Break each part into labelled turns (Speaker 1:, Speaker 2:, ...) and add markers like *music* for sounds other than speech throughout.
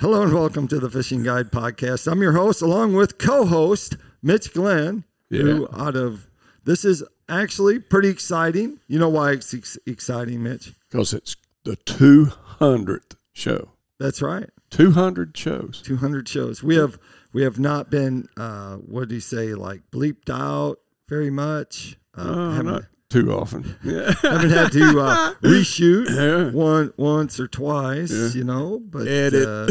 Speaker 1: Hello and welcome to the Fishing Guide Podcast. I'm your host, along with co-host Mitch Glenn, who out of this is actually pretty exciting. You know why it's ex- exciting, Mitch?
Speaker 2: because it's the 200th show.
Speaker 1: That's right,
Speaker 2: 200 shows.
Speaker 1: 200 shows. We have we have not been uh, what do you say like bleeped out very much. Uh,
Speaker 2: Oh,
Speaker 1: haven't,
Speaker 2: not too often. Yeah.
Speaker 1: haven't had to
Speaker 2: *laughs*
Speaker 1: uh, reshoot
Speaker 2: Yeah.
Speaker 1: one once or twice, you know. But
Speaker 2: Edit.
Speaker 1: Uh,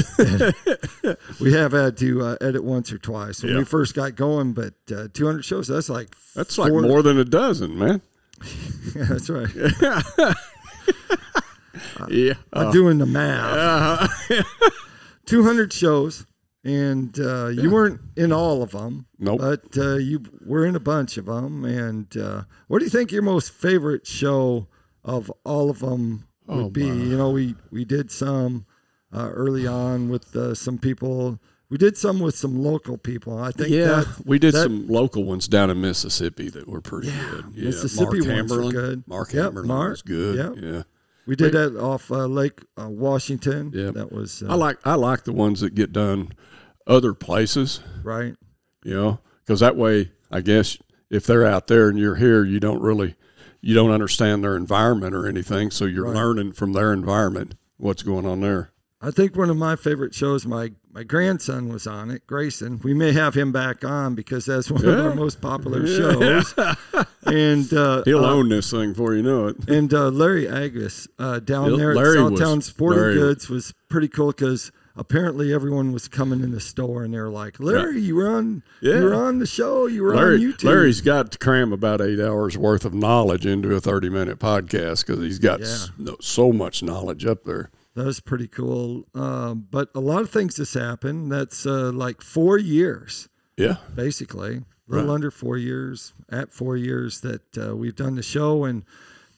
Speaker 1: *laughs* we have had to uh, edit once or twice when we
Speaker 2: Yeah.
Speaker 1: first got going. But uh, 200 shows. That's like
Speaker 2: That's like
Speaker 1: four-
Speaker 2: more than a dozen, man.
Speaker 1: Yeah, *laughs* that's right.
Speaker 2: Uh, yeah.
Speaker 1: I'm doing the math.
Speaker 2: Uh-huh. *laughs*
Speaker 1: 200 shows, and uh, you weren't in all of them.
Speaker 2: Nope.
Speaker 1: But uh, you were in a bunch of them. And uh, what do you think your most favorite show of all of them
Speaker 2: Oh,
Speaker 1: would be? You know, we, we did some uh, early on with uh, some people. We did some with some local people. I think
Speaker 2: yeah.
Speaker 1: that
Speaker 2: Uh, we did
Speaker 1: that-
Speaker 2: some local ones down in Mississippi that were pretty good. Yeah.
Speaker 1: Mississippi ones
Speaker 2: Mark
Speaker 1: were
Speaker 2: Hammerlin.
Speaker 1: good.
Speaker 2: Mark
Speaker 1: Yep,
Speaker 2: Hammerlin
Speaker 1: Mark.
Speaker 2: was good.
Speaker 1: Yep.
Speaker 2: Yeah.
Speaker 1: we did that off uh, Lake uh, Washington.
Speaker 2: Yep.
Speaker 1: That was
Speaker 2: I
Speaker 1: uh,
Speaker 2: like I like the ones that get done other places,
Speaker 1: right.
Speaker 2: you know, because that way, I guess if they're out there and you're here, you don't really you don't understand their environment or anything, so you're learning from their environment what's going on there.
Speaker 1: I think one of my favorite shows, my my grandson was on it, Grayson. We may have him back on because that's one of our most popular shows.
Speaker 2: *laughs*
Speaker 1: and uh,
Speaker 2: He'll
Speaker 1: uh,
Speaker 2: own this thing before you know it.
Speaker 1: and uh, Larry Agus uh, down
Speaker 2: Yeah,
Speaker 1: there
Speaker 2: Larry
Speaker 1: at
Speaker 2: was-
Speaker 1: Southtown Sporting
Speaker 2: Larry-
Speaker 1: Goods was pretty cool because apparently everyone was coming in the store and they were like, "Larry, you were on,
Speaker 2: Yeah.
Speaker 1: you were on the show, you were on
Speaker 2: Larry,
Speaker 1: YouTube."
Speaker 2: Larry's got to cram about eight hours worth of knowledge into a 30 minute podcast because he's got s- no, so much knowledge up there.
Speaker 1: That was pretty cool. Um, but a lot of things just happened. That's uh, like four years.
Speaker 2: Yeah.
Speaker 1: basically a little under four years at four years that uh, we've done the show and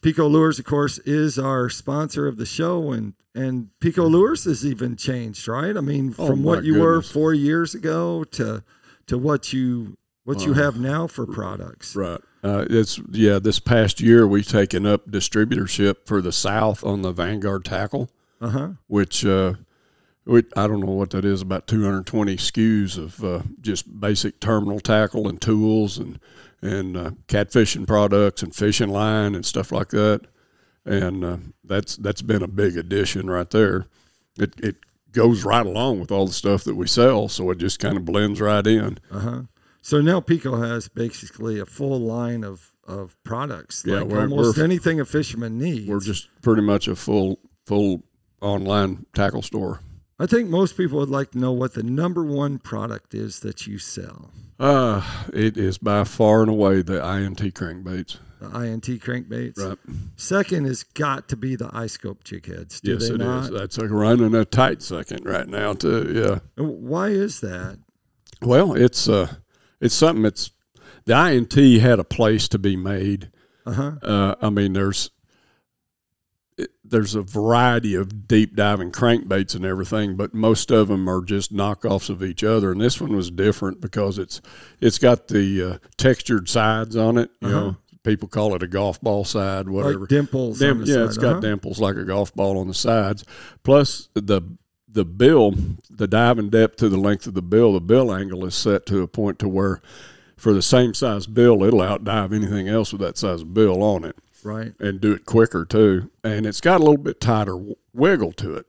Speaker 1: pico lures of course is our sponsor of the show and and pico lures has even changed right i mean
Speaker 2: Oh,
Speaker 1: from what
Speaker 2: my
Speaker 1: you were
Speaker 2: goodness.
Speaker 1: four years ago to to what you what you have now for products
Speaker 2: Right. Uh, it's yeah. This past year, we've taken up distributorship for the South on the Vanguard tackle,
Speaker 1: uh-huh
Speaker 2: which uh, we, I don't know what that is. About 220 SKUs of uh, just basic terminal tackle and tools and and uh, catfishing products and fishing line and stuff like that. And uh, that's that's been a big addition right there. It it goes right along with all the stuff that we sell, so it just kind of blends right in.
Speaker 1: so now pico has basically a full line of of products
Speaker 2: Yeah,
Speaker 1: like
Speaker 2: we're-
Speaker 1: almost
Speaker 2: we're-
Speaker 1: anything a fisherman needs
Speaker 2: We're just pretty much a full full online tackle store.
Speaker 1: i think most people would like to know what the number one product is that you sell
Speaker 2: Uh, it is by far and away the IMT crankbaits.
Speaker 1: the INT crankbaits. Second has got to be the iScope jig heads. Do
Speaker 2: yes,
Speaker 1: they
Speaker 2: it is. Uh,
Speaker 1: not?
Speaker 2: That's like running a tight second right now too. Yeah.
Speaker 1: And Why is that?
Speaker 2: Well, it's uh, it's something that's the INT had a place to be made.
Speaker 1: Uh-huh.
Speaker 2: Uh, I mean, there's it- there's a variety of deep diving crankbaits and everything, but most of them are just knockoffs of each other. And this one was different because it's it's got the uh, textured sides on it. You know, people call it a golf ball side, whatever.
Speaker 1: Like dimples.
Speaker 2: Dim-
Speaker 1: on the
Speaker 2: yeah,
Speaker 1: side,
Speaker 2: it's got
Speaker 1: uh-huh.
Speaker 2: dimples like a golf ball on the sides. Plus the the bill, the dive and depth to the length of the bill, the bill angle is set to a point to where for the same size bill, it'll outdive anything else with that size bill on it
Speaker 1: Right.
Speaker 2: and do it quicker too. And it's got a little bit tighter w- wiggle to it,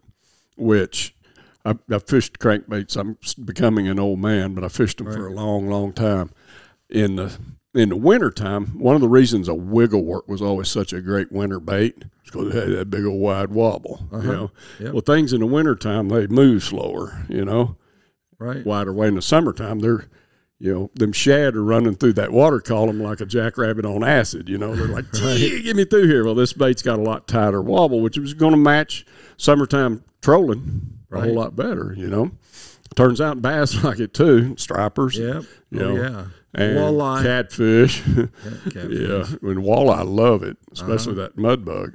Speaker 2: which I, I fished crankbaits. I'm s- becoming an old man, but I fished them for a long, long time. In the in the wintertime, one of the reasons a wiggle work was always such a great winter bait is because it had that big old wide wobble. You know, well, things in the wintertime they move slower. You know,
Speaker 1: Right.
Speaker 2: wider way in the summertime. They're, you know, them shad are running through that water column like a jackrabbit on acid. You know, they're
Speaker 1: *laughs*
Speaker 2: like, gee, get me through here. Well, this bait's got a lot tighter wobble, which is going to match summertime trolling a
Speaker 1: Right.
Speaker 2: whole lot better. You know, turns out bass *laughs* like it too, stripers.
Speaker 1: Yep.
Speaker 2: You
Speaker 1: Oh,
Speaker 2: know,
Speaker 1: yeah.
Speaker 2: And
Speaker 1: Walleye.
Speaker 2: catfish. *laughs*
Speaker 1: Okay. Uh-huh.
Speaker 2: Yeah, and walleye love it, especially that mud bug.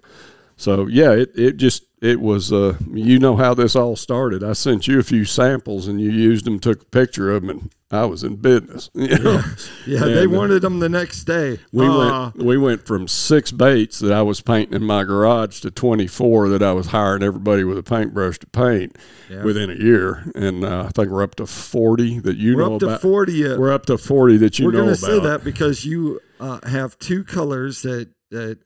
Speaker 2: So yeah, it, it just it was uh, you know how this all started. I sent you a few samples and you used them, took a picture of them, and I was in business. *laughs* You know?
Speaker 1: Yeah, they
Speaker 2: And, uh,
Speaker 1: wanted them the next day.
Speaker 2: We
Speaker 1: Uh,
Speaker 2: went we went from six baits that I was painting in my garage to twenty four that I was hiring everybody with a paintbrush to paint
Speaker 1: Yeah.
Speaker 2: within a year, and uh, I think we're up to forty that you
Speaker 1: We're
Speaker 2: know
Speaker 1: up to
Speaker 2: about.
Speaker 1: forty. yet.
Speaker 2: We're up to forty that you
Speaker 1: We're
Speaker 2: know
Speaker 1: going to
Speaker 2: about.
Speaker 1: say that because you uh, have two colors that that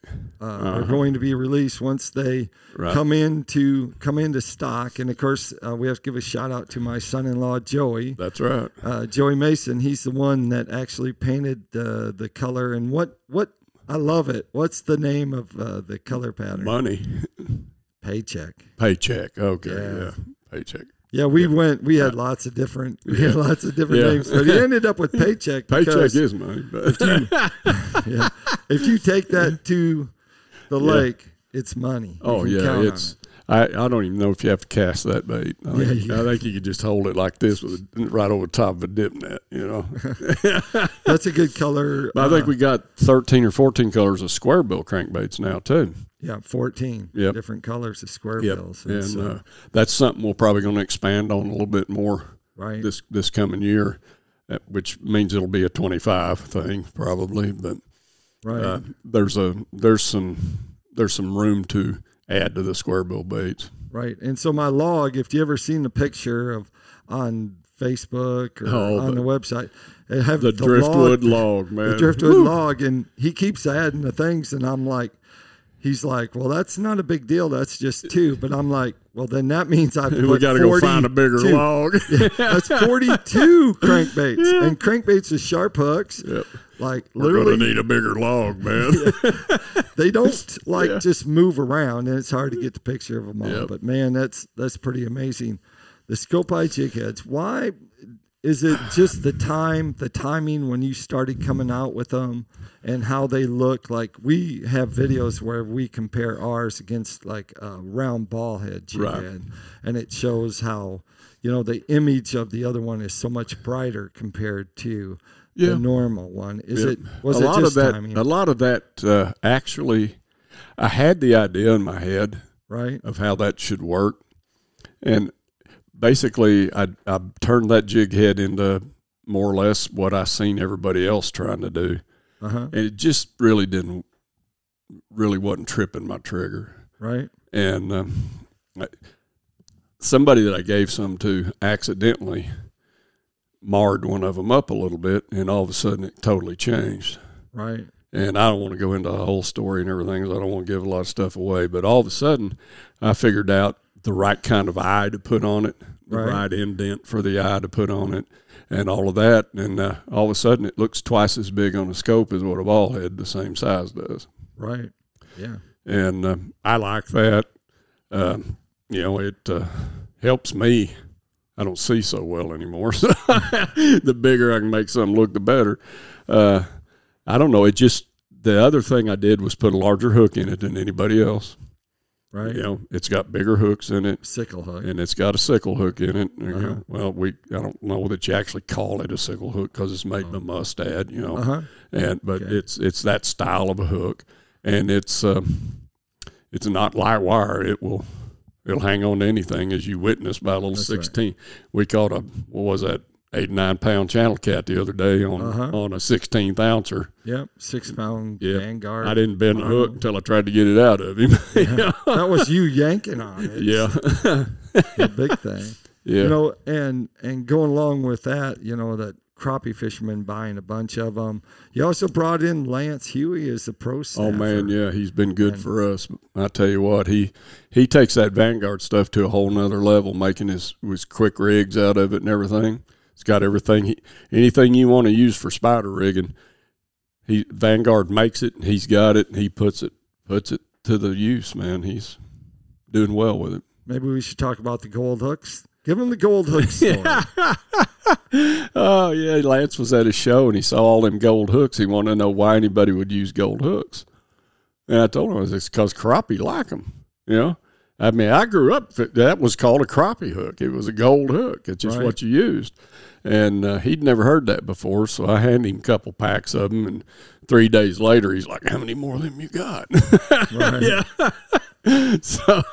Speaker 1: uh, are going to be released once they
Speaker 2: Uh-huh. Right.
Speaker 1: come into come into stock. And of course, uh, we have to give a shout out to my son-in-law Joey.
Speaker 2: That's right.
Speaker 1: Uh, Joey Mason, he's the one that actually painted uh, the the color. And what what I love it. What's the name of uh, the color pattern?
Speaker 2: Money,
Speaker 1: Paycheck.
Speaker 2: paycheck. Okay,
Speaker 1: Yeah.
Speaker 2: yeah, paycheck.
Speaker 1: Yeah, we went. We had lots of different. We had lots of different
Speaker 2: Yeah.
Speaker 1: names, but he ended up
Speaker 2: *laughs*
Speaker 1: with paycheck.
Speaker 2: Paycheck
Speaker 1: because-
Speaker 2: is money, but *laughs*
Speaker 1: yeah. If you take that to the lake, it's money. You
Speaker 2: oh
Speaker 1: can
Speaker 2: yeah,
Speaker 1: count on
Speaker 2: it's.
Speaker 1: it.
Speaker 2: I, I don't even know if you have to cast that bait. I think,
Speaker 1: Yeah,
Speaker 2: I think you could just hold it like this with right over the top of a dip net, you
Speaker 1: *laughs*
Speaker 2: know.
Speaker 1: that's a good
Speaker 2: *laughs*
Speaker 1: color.
Speaker 2: But I think
Speaker 1: uh,
Speaker 2: we got 13 or 14 colors of square bill crankbaits now, too.
Speaker 1: yeah, fourteen
Speaker 2: Yep.
Speaker 1: different colors of square bills. And
Speaker 2: And
Speaker 1: so-
Speaker 2: uh, that's something we're probably going to expand on a little bit more
Speaker 1: right.
Speaker 2: this, this coming year, uh, which means it'll be a 25 thing probably. But
Speaker 1: right.
Speaker 2: uh, there's a there's some there's some room to add to the square bill baits.
Speaker 1: Right. And so my log, if you ever seen the picture of on Facebook or
Speaker 2: Oh,
Speaker 1: on the,
Speaker 2: the-
Speaker 1: website, it have
Speaker 2: The, driftwood log, man.
Speaker 1: the driftwood
Speaker 2: Woo!
Speaker 1: log, and he keeps adding the things, and I'm like, he's like, well, that's not a big deal. That's just two. But I'm like, well, then that means I've
Speaker 2: *laughs* *laughs* We got to go find a bigger
Speaker 1: log.
Speaker 2: *laughs* log.
Speaker 1: That's
Speaker 2: *laughs*
Speaker 1: 42 crankbaits. And crankbaits with sharp hooks.
Speaker 2: Yep.
Speaker 1: Like
Speaker 2: We're
Speaker 1: literally
Speaker 2: going to need a bigger log, man.
Speaker 1: they don't like
Speaker 2: *laughs* Yeah.
Speaker 1: just move around and it's hard to get the picture of them all.
Speaker 2: Yep.
Speaker 1: But man, that's that's pretty amazing. The Scopi jig heads. Why is it just the time, the timing when you started coming out with them and how they look? Like we have videos where we compare ours against like a round ball head jig
Speaker 2: Right.
Speaker 1: head, and it shows how you know the image of the other one is so much brighter compared to
Speaker 2: Yeah.
Speaker 1: the normal one. Is
Speaker 2: Yeah.
Speaker 1: it *laughs* was
Speaker 2: a
Speaker 1: it
Speaker 2: lot
Speaker 1: just
Speaker 2: of that?
Speaker 1: timing?
Speaker 2: A lot of that uh, actually, I had the idea in my head
Speaker 1: right?
Speaker 2: of how that should work, and basically, I I turned that jig head into more or less what I seen everybody else trying to do,
Speaker 1: Uh huh.
Speaker 2: and it just really didn't, really wasn't tripping my trigger
Speaker 1: Right.
Speaker 2: and um, I- somebody that I gave some to accidentally marred one of them up a little bit, and all of a sudden it totally changed.
Speaker 1: Right.
Speaker 2: And I don't want to go into the whole story and everything, 'cause I don't want to give a lot of stuff away. But all of a sudden, I figured out the right kind of eye to put on it, the
Speaker 1: Right.
Speaker 2: right, indent for the eye to put on it, and all of that. And uh, all of a sudden, it looks twice as big on a scope as what a ball head the same size does
Speaker 1: Right. Yeah.
Speaker 2: and um, I like that. Um, you know, it uh, helps me. I don't see so well anymore, *laughs* so the bigger I can make something look, the better. Uh, I don't know. It just the other thing I did was put a larger hook in it than anybody else.
Speaker 1: Right.
Speaker 2: You know, it's got bigger hooks in it,
Speaker 1: Sickle hook.
Speaker 2: and it's got a sickle hook in it. you know.
Speaker 1: Uh-huh.
Speaker 2: well, we I don't know that you actually call it a sickle hook because it's made by Mustad. You know,
Speaker 1: Uh huh.
Speaker 2: and but
Speaker 1: Okay.
Speaker 2: it's it's that style of a hook, and it's um, it's not light wire. It will it'll hang on to anything, as you witnessed by a little
Speaker 1: That's right.
Speaker 2: sixteen. We caught a what was that eight nine pound channel cat the other day on
Speaker 1: Uh-huh.
Speaker 2: on a sixteenth ouncer.
Speaker 1: Yep. Six pound
Speaker 2: Yeah.
Speaker 1: Vanguard.
Speaker 2: I didn't bend the
Speaker 1: Uh-huh.
Speaker 2: hook until I tried to get it out of him. *laughs*
Speaker 1: that was you yanking on it.
Speaker 2: yeah,
Speaker 1: The big thing.
Speaker 2: yeah,
Speaker 1: You know, and and going along with that, you know, that crappie fisherman buying a bunch of them. You also brought in Lance Huey as the pro
Speaker 2: Oh
Speaker 1: snapper.
Speaker 2: man, yeah, he's been good for us. I tell you what, he he takes that Vanguard stuff to a whole nother level, making his his quick rigs out of it and everything. It's got everything, he, anything you want to use for spider rigging. He Vanguard makes it, and he's got it, and he puts it puts it to the use. Man, he's doing well with it.
Speaker 1: Maybe we should talk about the gold hooks. Give him the gold
Speaker 2: *laughs*
Speaker 1: hook story.
Speaker 2: Oh yeah, Lance was at his show and he saw all them gold hooks. He wanted to know why anybody would use gold hooks, and I told him I was it's because crappie like them. You know, I mean, I grew up fi- that was called a crappie hook. It was a gold hook. It's just
Speaker 1: Right.
Speaker 2: what you used, and uh, he'd never heard that before. So I handed him a couple packs of them, and three days later, he's like, "How many more of them you got?"
Speaker 1: Right.
Speaker 2: yeah, *laughs* so,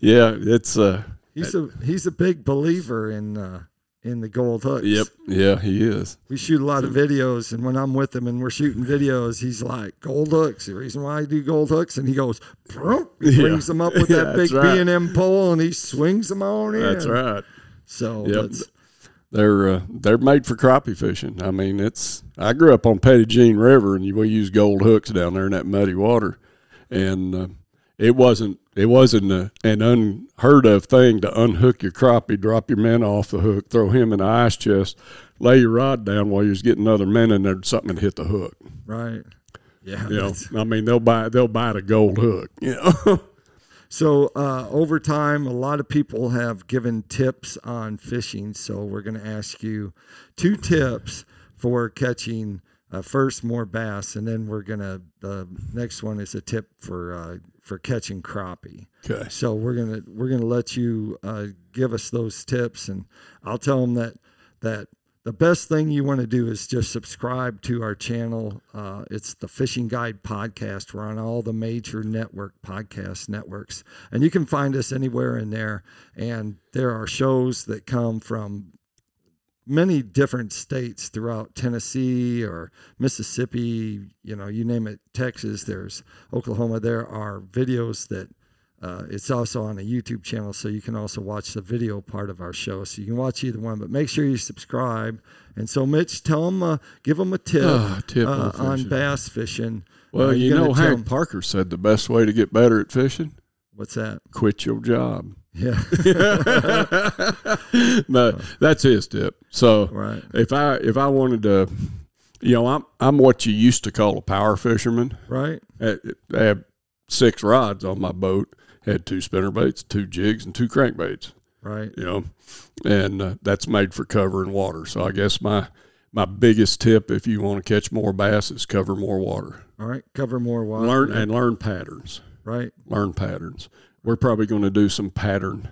Speaker 2: yeah, it's uh,
Speaker 1: He's a he's a big believer in uh, in the gold hooks.
Speaker 2: yep, yeah, he is.
Speaker 1: We shoot a lot of videos, and when I'm with him and we're shooting videos, he's like, "Gold hooks." The reason why I do gold hooks, and he goes, "Prunk," he
Speaker 2: Yeah.
Speaker 1: brings them up
Speaker 2: *laughs*
Speaker 1: with
Speaker 2: Yeah,
Speaker 1: that
Speaker 2: that's
Speaker 1: big
Speaker 2: right.
Speaker 1: B and M pole, and he swings them on in.
Speaker 2: That's right.
Speaker 1: So
Speaker 2: Yep.
Speaker 1: that's
Speaker 2: They're uh, they're made for crappie fishing. I mean, it's I grew up on Petty Jean River, and we used gold hooks down there in that muddy water, and uh, it wasn't it wasn't a, an unheard of thing to unhook your crappie, drop your man off the hook, throw him in the ice chest, lay your rod down while you're getting another man in there, something to hit the hook.
Speaker 1: right. Yeah.
Speaker 2: You know,
Speaker 1: that's-
Speaker 2: I mean, they'll buy they'll bite a gold hook. You know, *laughs*
Speaker 1: So uh, over time, a lot of people have given tips on fishing. So we're going to ask you two tips for catching uh, first more bass, and then we're going to the next one is a tip for uh, for catching crappie.
Speaker 2: okay,
Speaker 1: So we're gonna we're gonna let you uh, give us those tips, and I'll tell them that that the best thing you want to do is just subscribe to our channel. Uh, it's the Fishing Guide Podcast. We're on all the major network podcast networks, and you can find us anywhere in there. And there are shows that come from many different states throughout Tennessee or Mississippi, you know, you name it, Texas, there's Oklahoma. There are videos that uh, it's also on a YouTube channel, so you can also watch the video part of our show. So you can watch either one, but make sure you subscribe. And so, Mitch, tell them, uh, give them a tip,
Speaker 2: Ah, tip
Speaker 1: uh,
Speaker 2: on
Speaker 1: on
Speaker 2: fishing.
Speaker 1: bass fishing.
Speaker 2: well,
Speaker 1: Uh,
Speaker 2: you
Speaker 1: you're gonna
Speaker 2: know,
Speaker 1: tell
Speaker 2: Hank
Speaker 1: 'em-
Speaker 2: Parker said the best way to get better at fishing,
Speaker 1: what's that? *laughs*
Speaker 2: quit your job.
Speaker 1: Yeah,
Speaker 2: *laughs* no, that's his tip. So
Speaker 1: Right.
Speaker 2: if I if I wanted to, you know, I'm I'm what you used to call a power fisherman.
Speaker 1: right,
Speaker 2: I I had six rods on my boat, had two spinner baits, two jigs, and two crankbaits.
Speaker 1: right,
Speaker 2: You know, and uh, that's made for covering water. So I guess my my biggest tip, if you want to catch more bass, is cover more water.
Speaker 1: all right. Cover more water,
Speaker 2: Learn and learn patterns.
Speaker 1: right?
Speaker 2: Learn patterns. We're probably going to do some pattern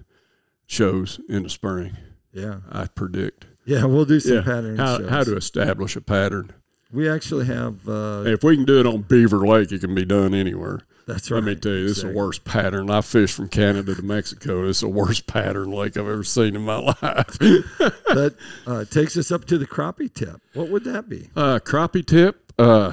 Speaker 2: shows in the spring.
Speaker 1: Yeah,
Speaker 2: I predict.
Speaker 1: yeah. We'll do some
Speaker 2: Yeah.
Speaker 1: pattern
Speaker 2: how,
Speaker 1: shows.
Speaker 2: how to establish a pattern.
Speaker 1: we actually have. Uh,
Speaker 2: If we can do it on Beaver Lake, it can be done anywhere.
Speaker 1: That's right.
Speaker 2: Let me tell you, this is the
Speaker 1: Exactly.
Speaker 2: worst pattern. I fished from Canada to Mexico. This is the worst pattern lake I've ever seen in my *laughs* life.
Speaker 1: that uh, takes us up to the crappie tip. What would that be?
Speaker 2: Uh, crappie tip. Uh,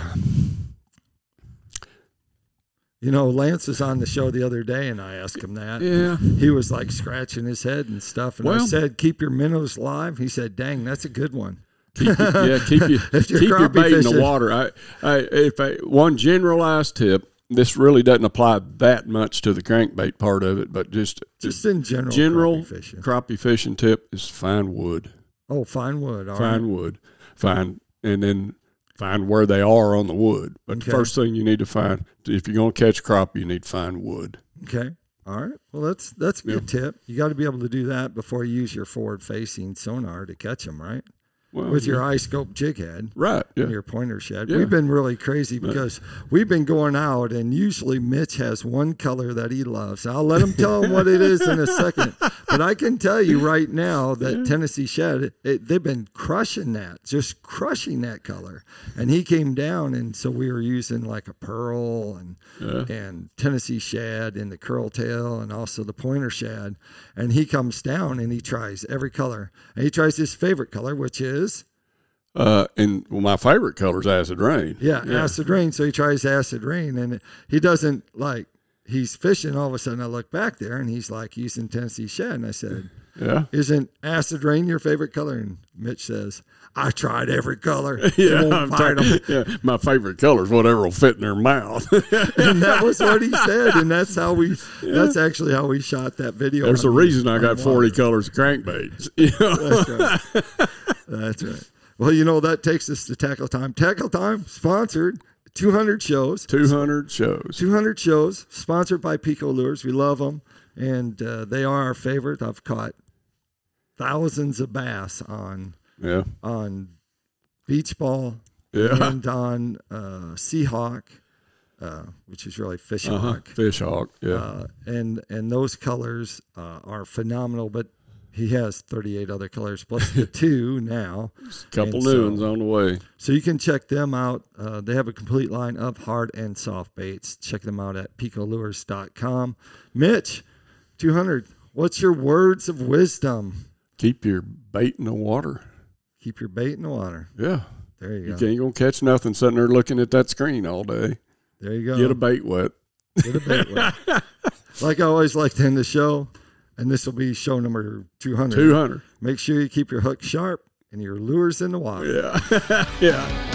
Speaker 1: You know, Lance was on the show the other day, and I asked him that.
Speaker 2: yeah.
Speaker 1: He was like scratching his head and stuff, and I
Speaker 2: Well-
Speaker 1: said, "Keep your minnows live." He said, "Dang, that's a good one."
Speaker 2: Keep,
Speaker 1: *laughs*
Speaker 2: your- yeah, keep, your,
Speaker 1: If you're
Speaker 2: keep your
Speaker 1: crappie
Speaker 2: bait in
Speaker 1: fishing.
Speaker 2: the water. I, I, if I, one generalized tip, this really doesn't apply that much to the crankbait part of it, but just,
Speaker 1: Just in general,
Speaker 2: general
Speaker 1: crappie fishing.
Speaker 2: crappie fishing tip is find wood.
Speaker 1: Oh, fine wood. all right.
Speaker 2: find wood, find and then find where they are on the wood. But
Speaker 1: Okay.
Speaker 2: the first thing you need to find if you're gonna catch crop, you need to find wood.
Speaker 1: Okay. All right. Well, that's that's a good tip. You got to be able to do that before you use your forward-facing sonar to catch them, right?
Speaker 2: Well,
Speaker 1: With your eye scope jig head.
Speaker 2: right, yeah,
Speaker 1: your pointer shed.
Speaker 2: Yeah.
Speaker 1: We've been really crazy because we've been going out, and usually Mitch has one color that he loves. I'll let him tell him what it is in a
Speaker 2: *laughs*
Speaker 1: second, but I can tell you right now that Tennessee shed it, they've been crushing that, just crushing that color. And he came down, and so we were using like a pearl and and Tennessee shad and the curl tail and also the pointer shad. And he comes down and he tries every color, and he tries his favorite color, which is
Speaker 2: Uh, and well, my favorite color is acid rain.
Speaker 1: yeah, acid rain. So he tries acid rain, and he doesn't like. He's fishing. All of a sudden, I look back there, and he's like using Tennessee shad. And I said,
Speaker 2: yeah.
Speaker 1: "Isn't acid rain your favorite color?" And Mitch says, "I tried every
Speaker 2: *laughs*
Speaker 1: color.
Speaker 2: Yeah,
Speaker 1: it
Speaker 2: I'm
Speaker 1: won't fight 'em."
Speaker 2: tired. *laughs* yeah, my favorite color is whatever will fit in their mouth. *laughs*
Speaker 1: And that was what he said, and that's how we. That's actually how we shot that video.
Speaker 2: There's a
Speaker 1: on-
Speaker 2: reason I
Speaker 1: on
Speaker 2: got
Speaker 1: water.
Speaker 2: 40 colors of crankbaits. *laughs* You know?
Speaker 1: That's right. That's right. Well, you know that takes us to tackle time. Tackle time sponsored 200 shows.
Speaker 2: 200 shows.
Speaker 1: 200 shows sponsored by Pico Lures. We love them, and uh, they are our favorite. I've caught thousands of bass on
Speaker 2: Yeah,
Speaker 1: on beach ball
Speaker 2: yeah.
Speaker 1: and on uh, seahawk, uh, which is really fishing
Speaker 2: *laughs* Uh-huh.
Speaker 1: hawk,
Speaker 2: Fish hawk. Yeah,
Speaker 1: uh, and and those colors uh, are uh, phenomenal. But he has 38 other colors plus
Speaker 2: *laughs*
Speaker 1: the two now.
Speaker 2: Couple
Speaker 1: And
Speaker 2: new
Speaker 1: so-
Speaker 2: ones on the way.
Speaker 1: So you can check them out. Uh, they have a complete line of hard and soft baits. Check them out at picolures.com. Mitch, 200, what's your words of wisdom?
Speaker 2: Keep your bait in the water.
Speaker 1: Keep your bait in the water.
Speaker 2: Yeah.
Speaker 1: There you
Speaker 2: You
Speaker 1: go.
Speaker 2: ain't gonna catch nothing sitting there looking at that screen all day.
Speaker 1: there you go.
Speaker 2: Get a bait wet.
Speaker 1: Get a bait wet.
Speaker 2: *laughs*
Speaker 1: like I always like to end the show, and this will be show number 200.
Speaker 2: Two hundred.
Speaker 1: Make sure you keep your hook sharp and your lures in the water.
Speaker 2: Yeah. yeah.